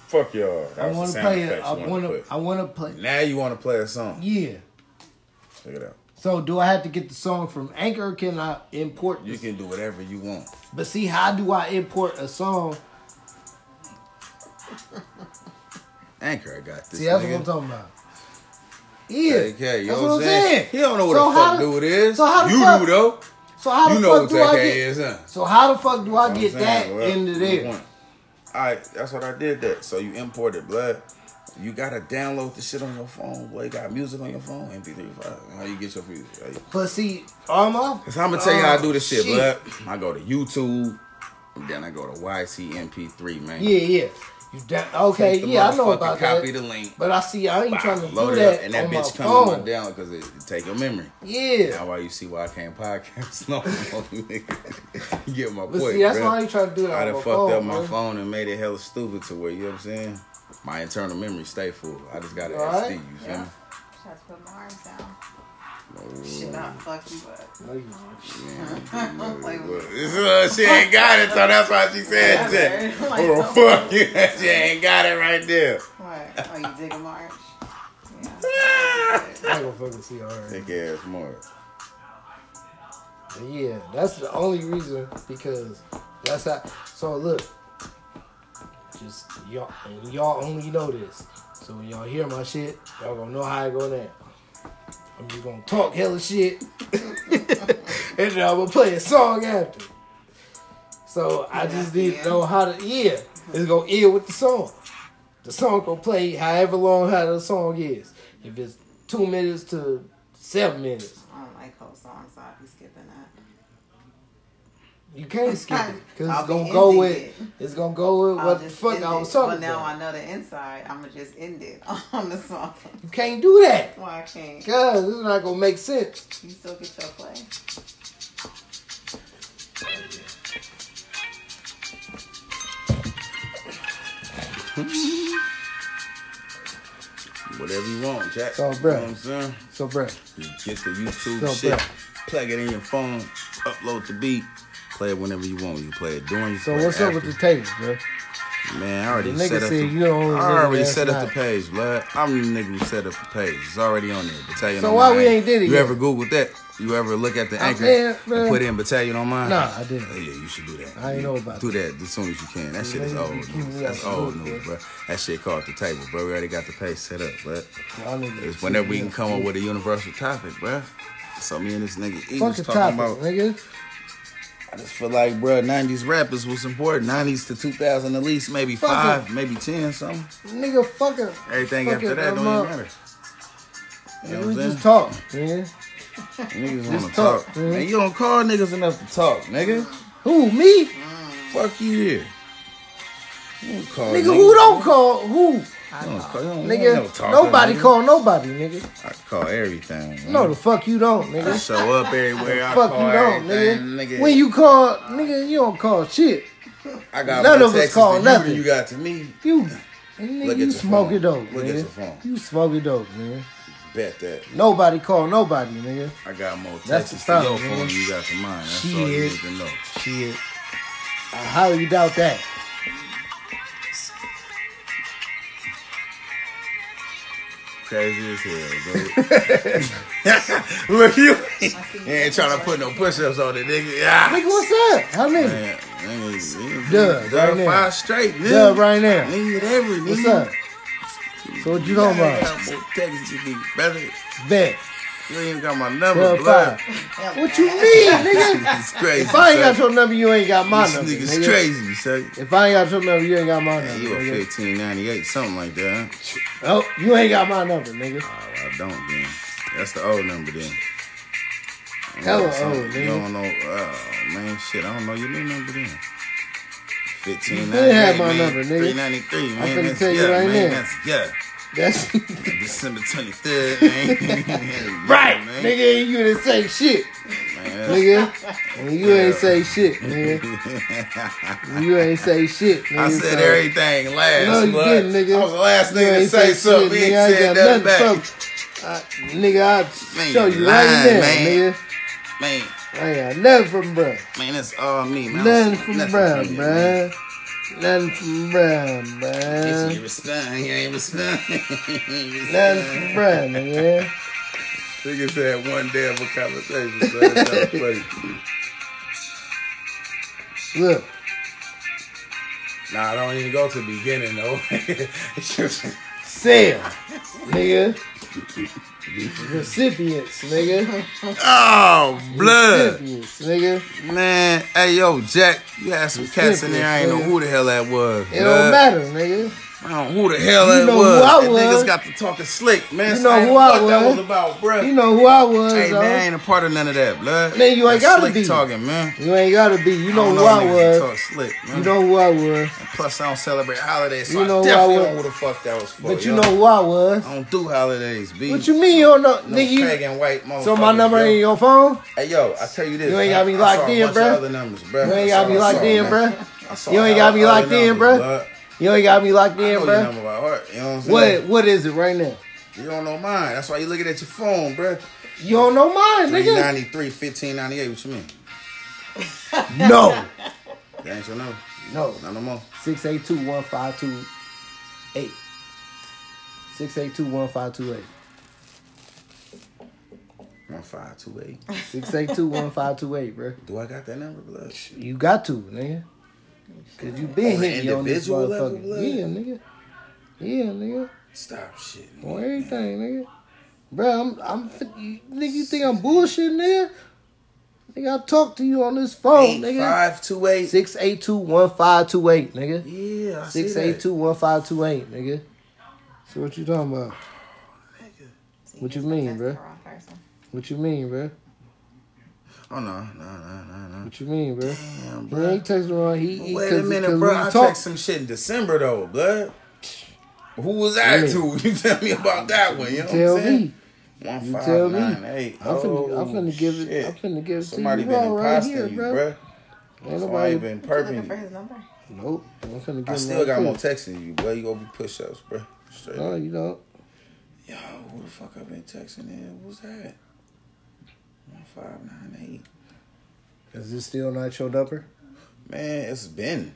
Speaker 2: Fuck y'all. That
Speaker 1: I
Speaker 2: was the
Speaker 1: want to
Speaker 2: sound
Speaker 1: play. it.
Speaker 2: effects
Speaker 1: I
Speaker 2: you
Speaker 1: want
Speaker 2: wanted
Speaker 1: to.
Speaker 2: put.
Speaker 1: I want to play.
Speaker 2: Now you want to play a song.
Speaker 1: Yeah.
Speaker 2: Check it out.
Speaker 1: So do I have to get the song from Anchor? Or can I import?
Speaker 2: You
Speaker 1: this?
Speaker 2: can do whatever you want.
Speaker 1: But see, how do I import a song?
Speaker 2: Anchor, I got this.
Speaker 1: See, that's
Speaker 2: nigga.
Speaker 1: what I'm talking about. Yeah,
Speaker 2: Okay, you
Speaker 1: that's
Speaker 2: know what I'm saying? He don't know what
Speaker 1: So
Speaker 2: the
Speaker 1: how
Speaker 2: fuck
Speaker 1: the-
Speaker 2: dude is.
Speaker 1: So how the
Speaker 2: you
Speaker 1: fuck,
Speaker 2: do though.
Speaker 1: So how the
Speaker 2: You know
Speaker 1: fuck
Speaker 2: what
Speaker 1: do
Speaker 2: that
Speaker 1: I
Speaker 2: guy
Speaker 1: get?
Speaker 2: is, huh?
Speaker 1: So how the fuck do I
Speaker 2: I'm
Speaker 1: get
Speaker 2: saying,
Speaker 1: that
Speaker 2: well,
Speaker 1: into
Speaker 2: good
Speaker 1: there?
Speaker 2: point. All right, that's what I did. That so you imported blood. You gotta download the shit on your phone. Boy, you got music on your phone. MP3 How you get your music? How you-
Speaker 1: But see, all my
Speaker 2: Cause I'm gonna tell you how I
Speaker 1: Oh,
Speaker 2: do this shit, blood. I go to YouTube, and then I go to YCMP3, man.
Speaker 1: Yeah, yeah. You da- okay?
Speaker 2: Take the
Speaker 1: Yeah, I know
Speaker 2: motherfucking
Speaker 1: about
Speaker 2: copy
Speaker 1: that.
Speaker 2: the link.
Speaker 1: But I see, I ain't
Speaker 2: Bah,
Speaker 1: trying to do
Speaker 2: load it
Speaker 1: that,
Speaker 2: up, and that
Speaker 1: on
Speaker 2: bitch
Speaker 1: my
Speaker 2: coming
Speaker 1: phone.
Speaker 2: on down because it, it take your memory. That's
Speaker 1: Yeah.
Speaker 2: why you see why I can't podcast no more, nigga. you get my
Speaker 1: But
Speaker 2: point.
Speaker 1: see, that's
Speaker 2: bruh.
Speaker 1: why I ain't trying to do that
Speaker 2: I
Speaker 1: on
Speaker 2: done
Speaker 1: my
Speaker 2: fucked
Speaker 1: phone.
Speaker 2: up my
Speaker 1: bruh.
Speaker 2: phone and made it hella stupid to where, you know what I'm saying? My internal memory stay full. I just got an
Speaker 1: All right.
Speaker 2: SD, you feel
Speaker 3: Yeah.
Speaker 2: me?
Speaker 3: She has to put my arms down. She not fucking but.
Speaker 1: No, you don't.
Speaker 3: Like,
Speaker 2: This is- she ain't got it though. That's why she said that.
Speaker 3: Whatever. Like,
Speaker 2: Oh fuck you! She ain't got it right there.
Speaker 3: What? Oh, you dig a march? Yeah.
Speaker 1: I ain't gonna fucking see her.
Speaker 2: Ah! Thick ass Mark.
Speaker 1: But yeah, that's the only reason because that's how. So look, just y'all, and y'all only know this. So when y'all hear my shit, y'all gonna know how I go down. I'm just gonna talk hella shit, and then I'm gonna play a song after. So I just need to know how to. Yeah, it's gonna end with the song. The song gonna play however long how the song is. If it's two minutes to seven minutes,
Speaker 3: I don't like whole songs, so I'll be skipping that.
Speaker 1: You can't skip it because
Speaker 3: I'll
Speaker 1: it's gonna
Speaker 3: be
Speaker 1: go
Speaker 3: ending
Speaker 1: with
Speaker 3: it.
Speaker 1: it's gonna go with
Speaker 3: I'll
Speaker 1: what the
Speaker 3: just
Speaker 1: fuck
Speaker 3: end
Speaker 1: I
Speaker 3: it.
Speaker 1: was talking
Speaker 3: Well, now
Speaker 1: about.
Speaker 3: I know the inside. I'm gonna just end it on the song.
Speaker 1: You can't do that
Speaker 3: Why I can't?
Speaker 1: because it's not gonna make sense.
Speaker 3: You still get your play.
Speaker 2: Whatever you want, Jack.
Speaker 1: So, bruh.
Speaker 2: You know what I'm saying?
Speaker 1: So, bro,
Speaker 2: You get the YouTube
Speaker 1: So,
Speaker 2: shit,
Speaker 1: bruh.
Speaker 2: plug it in your phone, upload the beat, play it whenever you want. You play it during. You
Speaker 1: so
Speaker 2: play it
Speaker 1: what's up
Speaker 2: after.
Speaker 1: with the table, bro?
Speaker 2: Man, I already
Speaker 1: The nigga
Speaker 2: set up.
Speaker 1: said
Speaker 2: the,
Speaker 1: you the only
Speaker 2: I
Speaker 1: nigga
Speaker 2: already
Speaker 1: that's
Speaker 2: set up
Speaker 1: not-
Speaker 2: the page, blood. I'm the nigga who set up the page. It's already on there. Battalion
Speaker 1: So
Speaker 2: on
Speaker 1: why
Speaker 2: Mine.
Speaker 1: we ain't did it
Speaker 2: You
Speaker 1: yet?
Speaker 2: ever Google that? You ever look at the
Speaker 1: I
Speaker 2: anchor
Speaker 1: did,
Speaker 2: and
Speaker 1: man.
Speaker 2: put in Battalion on mine?
Speaker 1: Nah, I didn't.
Speaker 2: Oh, yeah, you should do that.
Speaker 1: I ain't
Speaker 2: You
Speaker 1: know about
Speaker 2: Do that as soon as you can. That shit is
Speaker 1: Maybe
Speaker 2: old
Speaker 1: you keep
Speaker 2: news.
Speaker 1: me
Speaker 2: That's
Speaker 1: out the
Speaker 2: old
Speaker 1: loop,
Speaker 2: news,
Speaker 1: bro.
Speaker 2: bro. That shit called the table, bro. We already got the page set up, but
Speaker 1: Y'all niggas
Speaker 2: it's whenever we can
Speaker 1: keep
Speaker 2: come up
Speaker 1: me
Speaker 2: with a universal topic, bro. So me and this nigga E
Speaker 1: Fuck
Speaker 2: was
Speaker 1: the topic,
Speaker 2: talking about.
Speaker 1: nigga.
Speaker 2: I just feel like, bro, '90s rappers was important. '90s to 2000 at least, maybe
Speaker 1: Fuck it.
Speaker 2: five, maybe ten, something.
Speaker 1: Nigga, fuck it.
Speaker 2: Everything
Speaker 1: Fuck
Speaker 2: after
Speaker 1: it,
Speaker 2: that
Speaker 1: I'm
Speaker 2: don't even
Speaker 1: up.
Speaker 2: matter. You know what
Speaker 1: we
Speaker 2: I'm saying?
Speaker 1: just talk, nigga.
Speaker 2: Niggas wanna
Speaker 1: Just talk,
Speaker 2: talk.
Speaker 1: man.
Speaker 2: Man, you don't call niggas enough to talk, nigga.
Speaker 1: Who me?
Speaker 2: Fuck you here. You don't call
Speaker 1: Nigga, who don't call who?
Speaker 2: You don't call, you don't want no
Speaker 1: Nigga,
Speaker 2: talking,
Speaker 1: nobody
Speaker 2: nigga.
Speaker 1: call nobody, nigga.
Speaker 2: I call everything. Man.
Speaker 1: No, the fuck you don't,
Speaker 2: I
Speaker 1: nigga.
Speaker 2: show up everywhere. I
Speaker 1: Fuck
Speaker 2: call
Speaker 1: you don't,
Speaker 2: everything,
Speaker 1: nigga. When you call, nigga, you don't call shit.
Speaker 2: I got
Speaker 1: none
Speaker 2: more
Speaker 1: of us
Speaker 2: texts
Speaker 1: call
Speaker 2: than you than
Speaker 1: nothing.
Speaker 2: You got to me.
Speaker 1: You, nigga,
Speaker 2: Look at
Speaker 1: you
Speaker 2: your
Speaker 1: smoke
Speaker 2: phone.
Speaker 1: it dope,
Speaker 2: Look
Speaker 1: nigga.
Speaker 2: at your phone.
Speaker 1: You smoke it dope, man.
Speaker 2: Bet that.
Speaker 1: Nobody call nobody, nigga.
Speaker 2: I got more
Speaker 1: That's
Speaker 2: texts
Speaker 1: the
Speaker 2: to your
Speaker 1: problem, nigga.
Speaker 2: phone than you got to mine. That's all you
Speaker 1: Shit.
Speaker 2: need to know.
Speaker 1: Shit. I highly doubt that.
Speaker 4: crazy as hell, bro.
Speaker 2: Look, you ain't,
Speaker 3: see
Speaker 2: you ain't trying to put no push-ups on it, nigga. Yeah.
Speaker 1: Nigga, what's up? How many?
Speaker 2: Man, nigga, nigga,
Speaker 4: Duh,
Speaker 2: nigga,
Speaker 1: right now.
Speaker 2: five straight, nigga.
Speaker 1: Yeah, right now.
Speaker 2: Nigga, hit every nigga.
Speaker 1: What's up? So what you talking about?
Speaker 2: got more Texas, you nigga, brother. You
Speaker 1: Bet.
Speaker 2: ain't even got my number,
Speaker 1: Dub
Speaker 2: blood.
Speaker 1: five. What you mean, nigga?
Speaker 2: It's crazy.
Speaker 1: If I ain't got
Speaker 2: son.
Speaker 1: your number, you ain't got my
Speaker 2: This
Speaker 1: number.
Speaker 2: nigga's
Speaker 1: nigga.
Speaker 2: crazy, son.
Speaker 1: If I ain't got your number, you ain't got my
Speaker 2: Yeah,
Speaker 1: number.
Speaker 2: you a
Speaker 1: nigga.
Speaker 2: 1598, something like that. huh?
Speaker 1: Oh, you ain't got my number, nigga.
Speaker 2: Oh, I don't then. That's the old number then.
Speaker 1: Hella
Speaker 2: Yeah, so
Speaker 1: old,
Speaker 2: You
Speaker 1: nigga.
Speaker 2: don't know, oh man, shit, I don't know your new number then. Fifteen
Speaker 1: You
Speaker 2: ninety
Speaker 1: did
Speaker 2: three,
Speaker 1: have
Speaker 2: man.
Speaker 1: my number, nigga.
Speaker 2: Three ninety three, man.
Speaker 1: finna
Speaker 2: that's,
Speaker 1: tell you
Speaker 2: yeah,
Speaker 1: right
Speaker 2: man,
Speaker 1: now.
Speaker 2: that's yeah.
Speaker 1: That's
Speaker 2: December twenty third, man.
Speaker 1: right,
Speaker 2: Yeah, man.
Speaker 1: nigga. You didn't say shit,
Speaker 2: man that's-
Speaker 1: nigga. And you ain't say shit, nigga. You ain't say shit, nigga.
Speaker 2: I said
Speaker 1: so-
Speaker 2: everything last.
Speaker 1: No, you
Speaker 2: but
Speaker 1: didn't, nigga.
Speaker 2: I was the last
Speaker 1: You
Speaker 2: nigga to
Speaker 1: ain't
Speaker 2: say
Speaker 1: shit,
Speaker 2: something. He
Speaker 1: nigga. I
Speaker 2: ain't said nothing back.
Speaker 1: back. I, Uh, nigga, I'll
Speaker 2: Man,
Speaker 1: show you
Speaker 2: you
Speaker 1: right
Speaker 2: lying,
Speaker 1: now,
Speaker 2: man.
Speaker 1: nigga.
Speaker 2: Man,
Speaker 1: I ain't got nothing from bruh.
Speaker 2: man, that's all me, man. I don't
Speaker 1: Nothing
Speaker 2: see
Speaker 1: from
Speaker 2: nothing
Speaker 1: bruh,
Speaker 2: from you, man.
Speaker 1: bruh. Nothing from bruh,
Speaker 2: Bitch,
Speaker 1: bruh.
Speaker 2: you respond, you ain't respond.
Speaker 1: Nothing from bruh, nigga.
Speaker 2: Niggas had one damn conversation, but that's not funny.
Speaker 1: Look,
Speaker 2: Nah, I don't even go to the beginning though. It's just-
Speaker 1: sale, nigga. Recipients, nigga.
Speaker 2: oh, blood.
Speaker 1: Recipients, nigga.
Speaker 2: Man, hey, yo, Jack, you had some cats in there. I ain't know who the hell that was.
Speaker 1: It
Speaker 2: blood.
Speaker 1: don't matter, nigga.
Speaker 2: I don't know who the hell
Speaker 1: You
Speaker 2: that
Speaker 1: know
Speaker 2: was.
Speaker 1: who I
Speaker 2: That
Speaker 1: was.
Speaker 2: niggas got to talking slick, man.
Speaker 1: You know
Speaker 2: ain't
Speaker 1: who I
Speaker 2: what that
Speaker 1: was.
Speaker 2: was about, bruh.
Speaker 1: You know who I was,
Speaker 2: hey,
Speaker 1: though.
Speaker 2: man, I ain't a part of none of that, blood.
Speaker 1: Man, you ain't
Speaker 2: That
Speaker 1: gotta
Speaker 2: slick
Speaker 1: be.
Speaker 2: talking, man.
Speaker 1: You ain't gotta be. You
Speaker 2: I
Speaker 1: know
Speaker 2: don't
Speaker 1: who I
Speaker 2: niggas
Speaker 1: was.
Speaker 2: that Talk slick, man.
Speaker 1: You know who I was.
Speaker 2: Plus, I don't celebrate holidays, so
Speaker 1: You know
Speaker 2: I
Speaker 1: who
Speaker 2: definitely
Speaker 1: I was.
Speaker 2: don't know who the fuck that was for.
Speaker 1: But you
Speaker 2: yo.
Speaker 1: know who I was.
Speaker 2: I don't do holidays, B.
Speaker 1: What you mean you don't know,
Speaker 2: No
Speaker 1: nigga?
Speaker 2: peg
Speaker 1: You,
Speaker 2: and white motherfuckers,
Speaker 1: so my number
Speaker 2: yo.
Speaker 1: ain't in your phone?
Speaker 2: Hey, yo, I tell you this.
Speaker 1: You ain't
Speaker 2: I-
Speaker 1: got me
Speaker 2: I
Speaker 1: locked
Speaker 2: saw a
Speaker 1: in,
Speaker 2: bunch of
Speaker 1: bruh.
Speaker 2: other numbers, bruh.
Speaker 1: You ain't
Speaker 2: That's
Speaker 1: got me
Speaker 2: all I
Speaker 1: locked
Speaker 2: saw,
Speaker 1: in,
Speaker 2: man.
Speaker 1: bruh.
Speaker 2: I saw
Speaker 1: You ain't
Speaker 2: all-
Speaker 1: got me
Speaker 2: all
Speaker 1: locked
Speaker 2: the
Speaker 1: in,
Speaker 2: numbers,
Speaker 1: bruh.
Speaker 2: bud.
Speaker 1: You ain't got me locked in,
Speaker 2: I know your
Speaker 1: bruh.
Speaker 2: number by heart. You know what I'm saying?
Speaker 1: What what is it right now?
Speaker 2: You don't know mine. That's why you looking at your phone, bruh.
Speaker 1: You don't know mine, nigga.
Speaker 2: 393, 1598. What you mean?
Speaker 1: No.
Speaker 2: That ain't your number.
Speaker 1: No.
Speaker 2: Not no more.
Speaker 1: Six eight two one five two eight. Six eight two one five two eight.
Speaker 2: 1528.
Speaker 1: Six eight two one five two eight, bruh.
Speaker 2: Do I got that number, blood?
Speaker 1: You got to, nigga. Cause you been
Speaker 2: On an
Speaker 1: hitting me on this
Speaker 2: individual level,
Speaker 1: motherfucker.
Speaker 2: blood?
Speaker 1: Yeah, nigga. Yeah, nigga.
Speaker 2: Stop shit.
Speaker 1: On everything, nigga. Bruh, I'm, I'm, nigga, you think I'm bullshitting, nigga? Nigga, I talked to you on this phone, Oh, nigga.
Speaker 2: 528.
Speaker 1: Six eight two one five two eight, nigga.
Speaker 2: Yeah, I see
Speaker 1: Six
Speaker 2: that.
Speaker 1: eight two one five two eight, nigga. So what you talking about? What you mean, bruh? What you mean, bruh?
Speaker 2: Oh, no, no, no, no, no.
Speaker 1: What you mean, bruh?
Speaker 2: Damn,
Speaker 1: Bro,
Speaker 2: bruh.
Speaker 1: ain't texting around. He, he
Speaker 2: Wait a
Speaker 1: cause-
Speaker 2: minute,
Speaker 1: cause
Speaker 2: bro.
Speaker 1: we
Speaker 2: I
Speaker 1: talk-
Speaker 2: checked some shit in December though, blood. Who was I
Speaker 1: Yeah.
Speaker 2: to? You tell me about that one. You know
Speaker 1: Tell
Speaker 2: what I'm saying?
Speaker 1: me.
Speaker 2: One
Speaker 1: You
Speaker 2: five
Speaker 1: tell me.
Speaker 2: nine eight.
Speaker 1: I'm finna, I'm
Speaker 2: Oh,
Speaker 1: finna give it.
Speaker 2: shit.
Speaker 1: I'm finna give it
Speaker 2: Somebody
Speaker 1: to you
Speaker 2: been
Speaker 1: raw right
Speaker 2: imposting
Speaker 1: here,
Speaker 2: you,
Speaker 1: bro.
Speaker 2: bruh.
Speaker 1: Ain't
Speaker 2: Somebody
Speaker 1: nobody.
Speaker 2: been
Speaker 3: Looking for
Speaker 2: perping. you.
Speaker 3: his number.
Speaker 1: Nope. I'm finna give
Speaker 2: I
Speaker 1: him
Speaker 2: still
Speaker 1: right
Speaker 2: got more
Speaker 1: quick.
Speaker 2: texting you, boy. You gonna be push ups, bro. Straight
Speaker 1: No,
Speaker 2: up.
Speaker 1: you don't.
Speaker 2: Yo, who the fuck I been texting? Then who's that? One five nine eight.
Speaker 1: Is this still not your number?
Speaker 2: Man, it's been.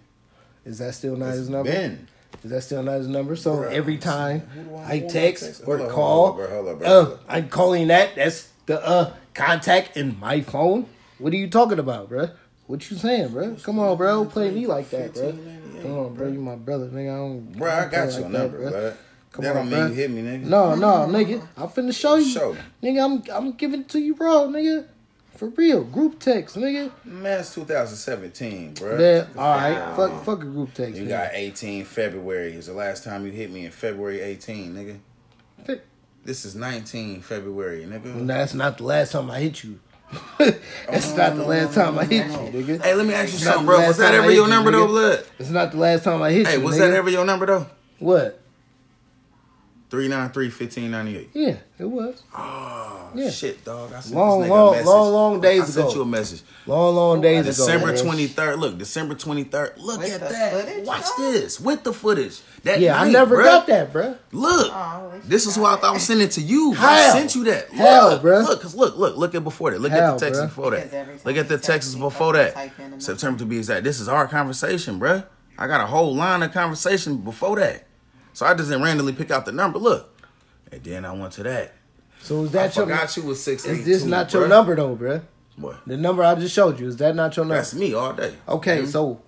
Speaker 1: Is that still not
Speaker 2: It's
Speaker 1: his number?
Speaker 2: been.
Speaker 1: Is that still not his number? So
Speaker 2: Bruh.
Speaker 1: every time
Speaker 2: Who do I-
Speaker 1: I
Speaker 2: who am I
Speaker 1: text
Speaker 2: texting?
Speaker 1: or
Speaker 2: Hold up,
Speaker 1: call,
Speaker 2: hold up, bruh, hold up, bruh,
Speaker 1: uh,
Speaker 2: hold up.
Speaker 1: I'm calling that. That's the uh contact in my phone. What are you talking about, bruh? What you saying, bruh? Come on, bro. Don't play me like that, bruh.
Speaker 2: 1598,
Speaker 1: Come on, bro. You my brother, nigga. I don't.
Speaker 2: Bro, I
Speaker 1: don't play
Speaker 2: got
Speaker 1: like
Speaker 2: your
Speaker 1: that,
Speaker 2: number,
Speaker 1: bruh.
Speaker 2: bro.
Speaker 1: Come
Speaker 2: that
Speaker 1: on,
Speaker 2: don't
Speaker 1: bruh.
Speaker 2: mean you hit me, nigga.
Speaker 1: No, no, nigga. I'm finna show you.
Speaker 2: Show me.
Speaker 1: Nigga, I'm I'm giving it to you raw, nigga. For real. Group text, nigga.
Speaker 2: Man, it's 2017, bro.
Speaker 1: Man, alright. Fuck fuck a group text.
Speaker 2: You
Speaker 1: nigga.
Speaker 2: got 18 February. Is the last time you hit me in February 18, nigga.
Speaker 1: Fi-
Speaker 2: This is 19 February, nigga.
Speaker 1: No, that's not the last time I hit you. that's not
Speaker 2: no, no,
Speaker 1: the
Speaker 2: no,
Speaker 1: last
Speaker 2: no,
Speaker 1: time
Speaker 2: no,
Speaker 1: I hit
Speaker 2: no,
Speaker 1: you, nigga.
Speaker 2: Hey, let me ask you
Speaker 1: Not
Speaker 2: something,
Speaker 1: the
Speaker 2: bro.
Speaker 1: last
Speaker 2: Was that
Speaker 1: time I
Speaker 2: ever
Speaker 1: hit
Speaker 2: your
Speaker 1: you,
Speaker 2: number, though,
Speaker 1: nigga.
Speaker 2: blood?
Speaker 1: It's not the last time I hit
Speaker 2: Hey,
Speaker 1: you.
Speaker 2: was
Speaker 1: nigga.
Speaker 2: that ever your number, though?
Speaker 1: What?
Speaker 2: 393 1598.
Speaker 1: Yeah, it was.
Speaker 2: Oh,
Speaker 1: Yeah.
Speaker 2: shit, dog. I sent
Speaker 1: Long,
Speaker 2: this nigga
Speaker 1: long,
Speaker 2: a message.
Speaker 1: long, long days
Speaker 2: I sent
Speaker 1: ago.
Speaker 2: you a message.
Speaker 1: Long, long days ago.
Speaker 2: December
Speaker 1: nigga.
Speaker 2: 23rd. Look, December 23rd. Look
Speaker 3: With
Speaker 2: at
Speaker 3: the
Speaker 2: that.
Speaker 3: footage,
Speaker 2: Watch
Speaker 3: though?
Speaker 2: this. With the footage. That
Speaker 1: Yeah, I
Speaker 2: night,
Speaker 1: never
Speaker 2: bruh.
Speaker 1: got that, bruh.
Speaker 2: Look,
Speaker 3: Oh, we
Speaker 2: this is why I
Speaker 3: forgot
Speaker 2: thought I was sending it to you.
Speaker 1: How?
Speaker 2: I sent you that. Look,
Speaker 1: How, bruh?
Speaker 2: Look, cause look, look, look at before that. Look
Speaker 1: How,
Speaker 2: at the texts
Speaker 1: bruh?
Speaker 2: before
Speaker 3: Because every time
Speaker 2: that. Look at
Speaker 3: you
Speaker 2: the
Speaker 3: text,
Speaker 2: texts
Speaker 3: you
Speaker 2: before
Speaker 3: fucking type in a
Speaker 2: that.
Speaker 3: number.
Speaker 2: September to be exact. This is our conversation, bruh. I got a whole line of conversation before that. So I just didn't randomly pick out the number. Look, And then I went to that.
Speaker 1: So is
Speaker 2: I
Speaker 1: that your?
Speaker 2: forgot you was six
Speaker 1: Is this not your number though, bruh?
Speaker 2: Boy,
Speaker 1: The number I just showed you is that not your number?
Speaker 2: that's Mm-hmm. me all day.
Speaker 1: okay, so.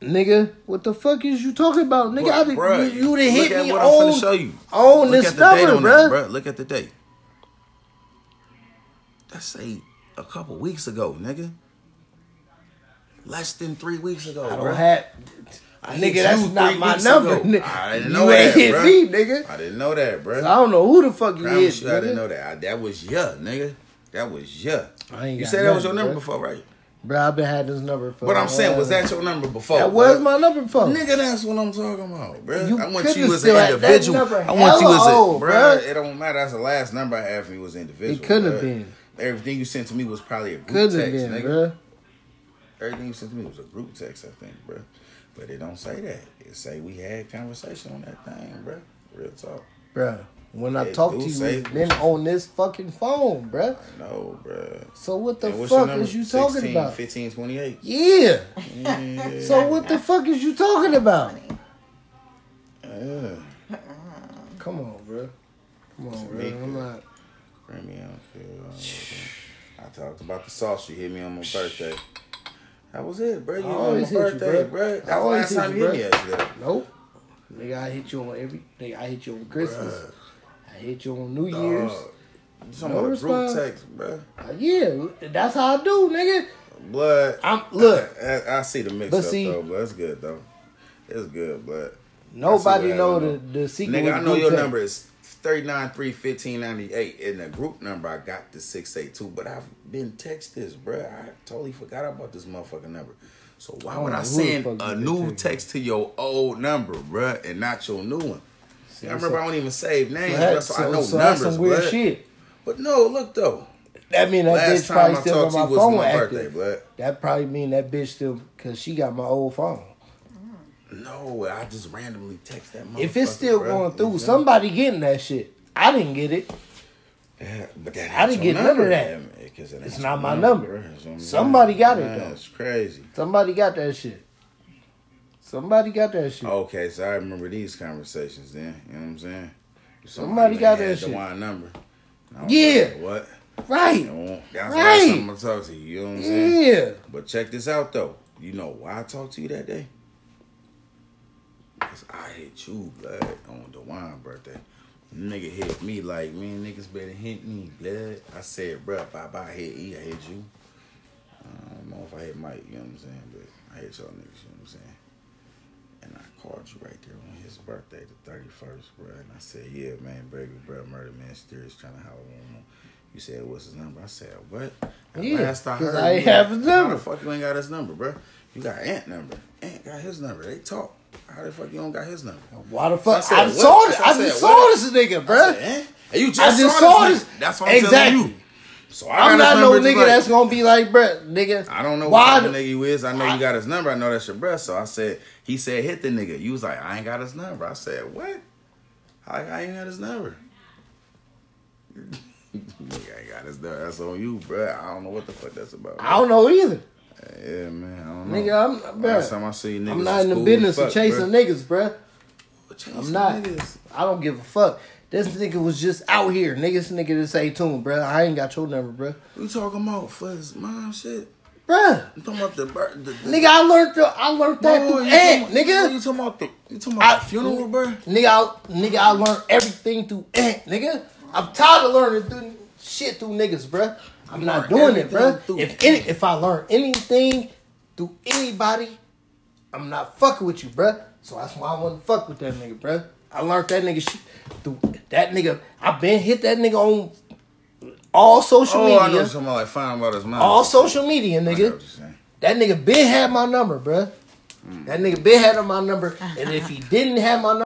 Speaker 1: Nigga, what the fuck is you talking about, nigga? I did, you,
Speaker 2: Bruh,
Speaker 1: you done
Speaker 2: look
Speaker 1: hit
Speaker 2: at
Speaker 1: me
Speaker 2: what
Speaker 1: on,
Speaker 2: I'm finna show you.
Speaker 1: on
Speaker 2: Look
Speaker 1: this
Speaker 2: at the date
Speaker 1: number,
Speaker 2: on that,
Speaker 1: bruh.
Speaker 2: bruh. Look at the date. That's say a couple weeks ago, nigga. Less than three weeks ago,
Speaker 1: I
Speaker 2: bruh.
Speaker 1: don't have.
Speaker 2: I hit
Speaker 1: Nigga, that's
Speaker 2: you
Speaker 1: not
Speaker 2: three
Speaker 1: my
Speaker 2: weeks
Speaker 1: number.
Speaker 2: ago.
Speaker 1: nigga.
Speaker 2: I
Speaker 1: you
Speaker 2: didn't know
Speaker 1: ain't
Speaker 2: that,
Speaker 1: hit
Speaker 2: bruh.
Speaker 1: me, nigga.
Speaker 2: I didn't know that, bruh.
Speaker 1: I don't know who the fuck you is.
Speaker 2: Promise you, I
Speaker 1: Nigga.
Speaker 2: didn't know that. I, that was ya, nigga. That was ya.
Speaker 1: I ain't
Speaker 2: You
Speaker 1: got
Speaker 2: said that was your
Speaker 1: nothing,
Speaker 2: number
Speaker 1: bruh.
Speaker 2: before, right?
Speaker 1: Bro, I've been had this number for.
Speaker 2: But
Speaker 1: a
Speaker 2: I'm saying, was
Speaker 1: while.
Speaker 2: that your number before?
Speaker 1: That was
Speaker 2: bruh?
Speaker 1: my number phone.
Speaker 2: Nigga, that's what I'm talking about, bro.
Speaker 1: You
Speaker 2: I want
Speaker 1: could've
Speaker 2: you as
Speaker 1: still
Speaker 2: an
Speaker 1: had that
Speaker 2: individual.
Speaker 1: number
Speaker 2: I want you as a
Speaker 1: hella old,
Speaker 2: bro.
Speaker 1: bruh.
Speaker 2: It don't matter. That's the last number I had for you was
Speaker 1: It
Speaker 2: individual.
Speaker 1: couldn't
Speaker 2: bruh.
Speaker 1: have been.
Speaker 2: Everything you sent to me was probably a group
Speaker 1: Could have
Speaker 2: text,
Speaker 1: been,
Speaker 2: nigga.
Speaker 1: bro.
Speaker 2: Everything you sent to me was a group text, I think, bro. But it don't say that. It say we had conversation on that thing, bro. Real talk.
Speaker 1: Bro, when I
Speaker 2: Hey,
Speaker 1: talked
Speaker 2: dude,
Speaker 1: to you,
Speaker 2: say-
Speaker 1: it's been on this fucking phone, bro.
Speaker 2: No, bro.
Speaker 1: So what the
Speaker 2: And what's your
Speaker 1: fuck
Speaker 2: number?
Speaker 1: is you talking
Speaker 2: 16,
Speaker 1: about?
Speaker 2: 15, 28.
Speaker 1: Yeah.
Speaker 2: Yeah.
Speaker 1: So what the fuck is you talking about?
Speaker 3: Funny.
Speaker 2: Yeah.
Speaker 1: Come on, bro. Come on, bro.
Speaker 2: big
Speaker 1: I'm
Speaker 2: deal.
Speaker 1: not.
Speaker 2: Bring me on, Phil. I talked about the sauce you hit me on my birthday. That was it, bro. You
Speaker 1: I
Speaker 2: hit me on my
Speaker 1: always hit you,
Speaker 2: birthday,
Speaker 1: bruh.
Speaker 2: bro.
Speaker 1: I
Speaker 2: That was the
Speaker 1: always
Speaker 2: last
Speaker 1: hit
Speaker 2: time
Speaker 1: you,
Speaker 2: you hit me
Speaker 1: bruh.
Speaker 2: yesterday.
Speaker 1: Nope. Nigga, I hit you on every. Nigga, I hit you on Christmas.
Speaker 2: Bruh.
Speaker 1: I hit you on New
Speaker 2: Dog.
Speaker 1: Year's.
Speaker 2: You talking
Speaker 1: No
Speaker 2: about a
Speaker 1: response.
Speaker 2: group text, bro.
Speaker 1: Uh, yeah, that's how I do, nigga.
Speaker 2: Blood.
Speaker 1: I'm look.
Speaker 2: I, I see the mix
Speaker 1: But
Speaker 2: up,
Speaker 1: see-
Speaker 2: though, but that's good, though. It's good, but.
Speaker 1: Nobody
Speaker 2: what
Speaker 1: know the,
Speaker 2: happened,
Speaker 1: the secret.
Speaker 2: Nigga,
Speaker 1: with
Speaker 2: I
Speaker 1: the
Speaker 2: know
Speaker 1: group
Speaker 2: your
Speaker 1: text.
Speaker 2: number is 393-1598. And the group number I got the 682, but I've been text this, bruh. I totally forgot about this motherfucking number. So why
Speaker 1: I don't
Speaker 2: would
Speaker 1: know
Speaker 2: I
Speaker 1: Oh, who the
Speaker 2: send
Speaker 1: fuck
Speaker 2: a
Speaker 1: you been
Speaker 2: new
Speaker 1: texting.
Speaker 2: text to your old number, bruh, and not your new one?
Speaker 1: See,
Speaker 2: I remember
Speaker 1: so-
Speaker 2: I don't even save names,
Speaker 1: so
Speaker 2: bruh, so, I know
Speaker 1: so that's
Speaker 2: numbers,
Speaker 1: some weird
Speaker 2: bruh.
Speaker 1: shit.
Speaker 2: But no, look though.
Speaker 1: That mean that
Speaker 2: Last
Speaker 1: bitch
Speaker 2: time
Speaker 1: probably
Speaker 2: I
Speaker 1: still
Speaker 2: talked
Speaker 1: on
Speaker 2: to you
Speaker 1: my
Speaker 2: was on
Speaker 1: phone
Speaker 2: my
Speaker 1: active.
Speaker 2: birthday, bruh.
Speaker 1: That probably mean that bitch still because she got my old phone.
Speaker 2: No, I just randomly text that motherfucker.
Speaker 1: If it's still
Speaker 2: bruh.
Speaker 1: going
Speaker 2: You
Speaker 1: through,
Speaker 2: feel me?
Speaker 1: somebody getting that shit. I didn't get it.
Speaker 2: Yeah, but that
Speaker 1: I didn't
Speaker 2: ain't
Speaker 1: get
Speaker 2: your
Speaker 1: none of
Speaker 2: number,
Speaker 1: that.
Speaker 2: damn it, 'cause it ain't
Speaker 1: not
Speaker 2: your
Speaker 1: my number.
Speaker 2: bruh. It's on-
Speaker 1: Somebody got it, though.
Speaker 2: That's crazy.
Speaker 1: Somebody got that shit. Somebody got that shit.
Speaker 2: Okay, so I remember these conversations then. You know what I'm saying?
Speaker 1: Somebody got
Speaker 2: had
Speaker 1: that shit.
Speaker 2: Dewan number. And I was
Speaker 1: Yeah.
Speaker 2: like, what?
Speaker 1: Right.
Speaker 2: And well, That's right. the last
Speaker 1: Right.
Speaker 2: time I talked to you. You know what I'm saying?
Speaker 1: Yeah.
Speaker 2: But check this out though. You know why I talked to you that day? Cause I hit you, blood, on Dewan birthday. Nigga hit me like, man, niggas better hit me, blood. I said, bruh, bye bye, hit E, I hit you. Um, I don't know if I hit Mike, you know what I'm saying? But I hit y'all niggas, you know what I'm saying? And I called you right there on his birthday, the 31st, bro. And I said, yeah, man, Brady, bro, murder, man, serious, trying to holler on him. You said, what's his number? I said, what? And
Speaker 1: Yeah,
Speaker 2: last I
Speaker 1: 'cause
Speaker 2: heard,
Speaker 1: I ain't
Speaker 2: you-
Speaker 1: have his
Speaker 2: How
Speaker 1: number.
Speaker 2: the fuck you ain't got his number, bro? You got Ant number. Ant got his number. They talk. How the fuck you don't got his number?
Speaker 1: Why the fuck? I,
Speaker 2: So I said,
Speaker 1: saw
Speaker 2: what?
Speaker 1: this.
Speaker 2: So
Speaker 1: I,
Speaker 2: I
Speaker 1: just
Speaker 2: said,
Speaker 1: saw
Speaker 2: what?
Speaker 1: this nigga,
Speaker 2: I
Speaker 1: bruh.
Speaker 2: said, "Eh?" And you just,
Speaker 1: I just
Speaker 2: saw
Speaker 1: saw
Speaker 2: this.
Speaker 1: this.
Speaker 2: nigga. That's what I'm telling
Speaker 1: Exactly.
Speaker 2: you. So I
Speaker 1: I'm
Speaker 2: got
Speaker 1: not
Speaker 2: his
Speaker 1: no
Speaker 2: nigga
Speaker 1: nigga that's gonna be like, bruh, nigga.
Speaker 2: I don't know
Speaker 1: why
Speaker 2: what
Speaker 1: the
Speaker 2: kind of nigga you is. I know you got his number. I know that's your breath. So I said, he said, hit the nigga. You was like, I ain't got his number. I said, what? How I ain't got his number? nigga ain't got his number. That's on you, bruh. I don't know what the fuck that's about.
Speaker 1: I don't know either.
Speaker 2: yeah, man. I don't know.
Speaker 1: Nigga, I'm-
Speaker 2: Last
Speaker 1: bruh,
Speaker 2: time I see niggas,
Speaker 1: I'm not in the business of chasing niggas, bruh.
Speaker 2: niggas.
Speaker 1: I'm not. I don't give a fuck. This nigga was just out here. Niggas nigga to say to him, bruh. I ain't got your number, bruh.
Speaker 2: You talking about fuzz mom shit?
Speaker 1: Bruh.
Speaker 2: You talking about the bird? The, the,
Speaker 1: Nigga, I learned the, I learned that
Speaker 2: No,
Speaker 1: through
Speaker 2: you
Speaker 1: Ant,
Speaker 2: talking- You
Speaker 1: nigga.
Speaker 2: talking about the? You talking
Speaker 1: I-
Speaker 2: about the funeral, bruh?
Speaker 1: Nigga, I, nigga, I learned everything through Ant, nigga. I'm tired of learning through, shit through niggas, bruh. I'm
Speaker 2: You
Speaker 1: not
Speaker 2: learn
Speaker 1: doing it,
Speaker 2: everything
Speaker 1: bruh.
Speaker 2: through
Speaker 1: If any, if I learn anything through anybody, I'm not fucking with you, bruh. So that's why I wouldn't fuck with that nigga, bruh. I learned that nigga shit through that nigga. I've been hit that nigga on all social
Speaker 2: Oh, I know you're
Speaker 1: media.
Speaker 2: talking about like fine about his mom.
Speaker 1: All social media,
Speaker 2: I know
Speaker 1: nigga.
Speaker 2: what you're saying.
Speaker 1: That nigga Ben had my number, bruh. That nigga Ben had my number, and if he didn't have my number,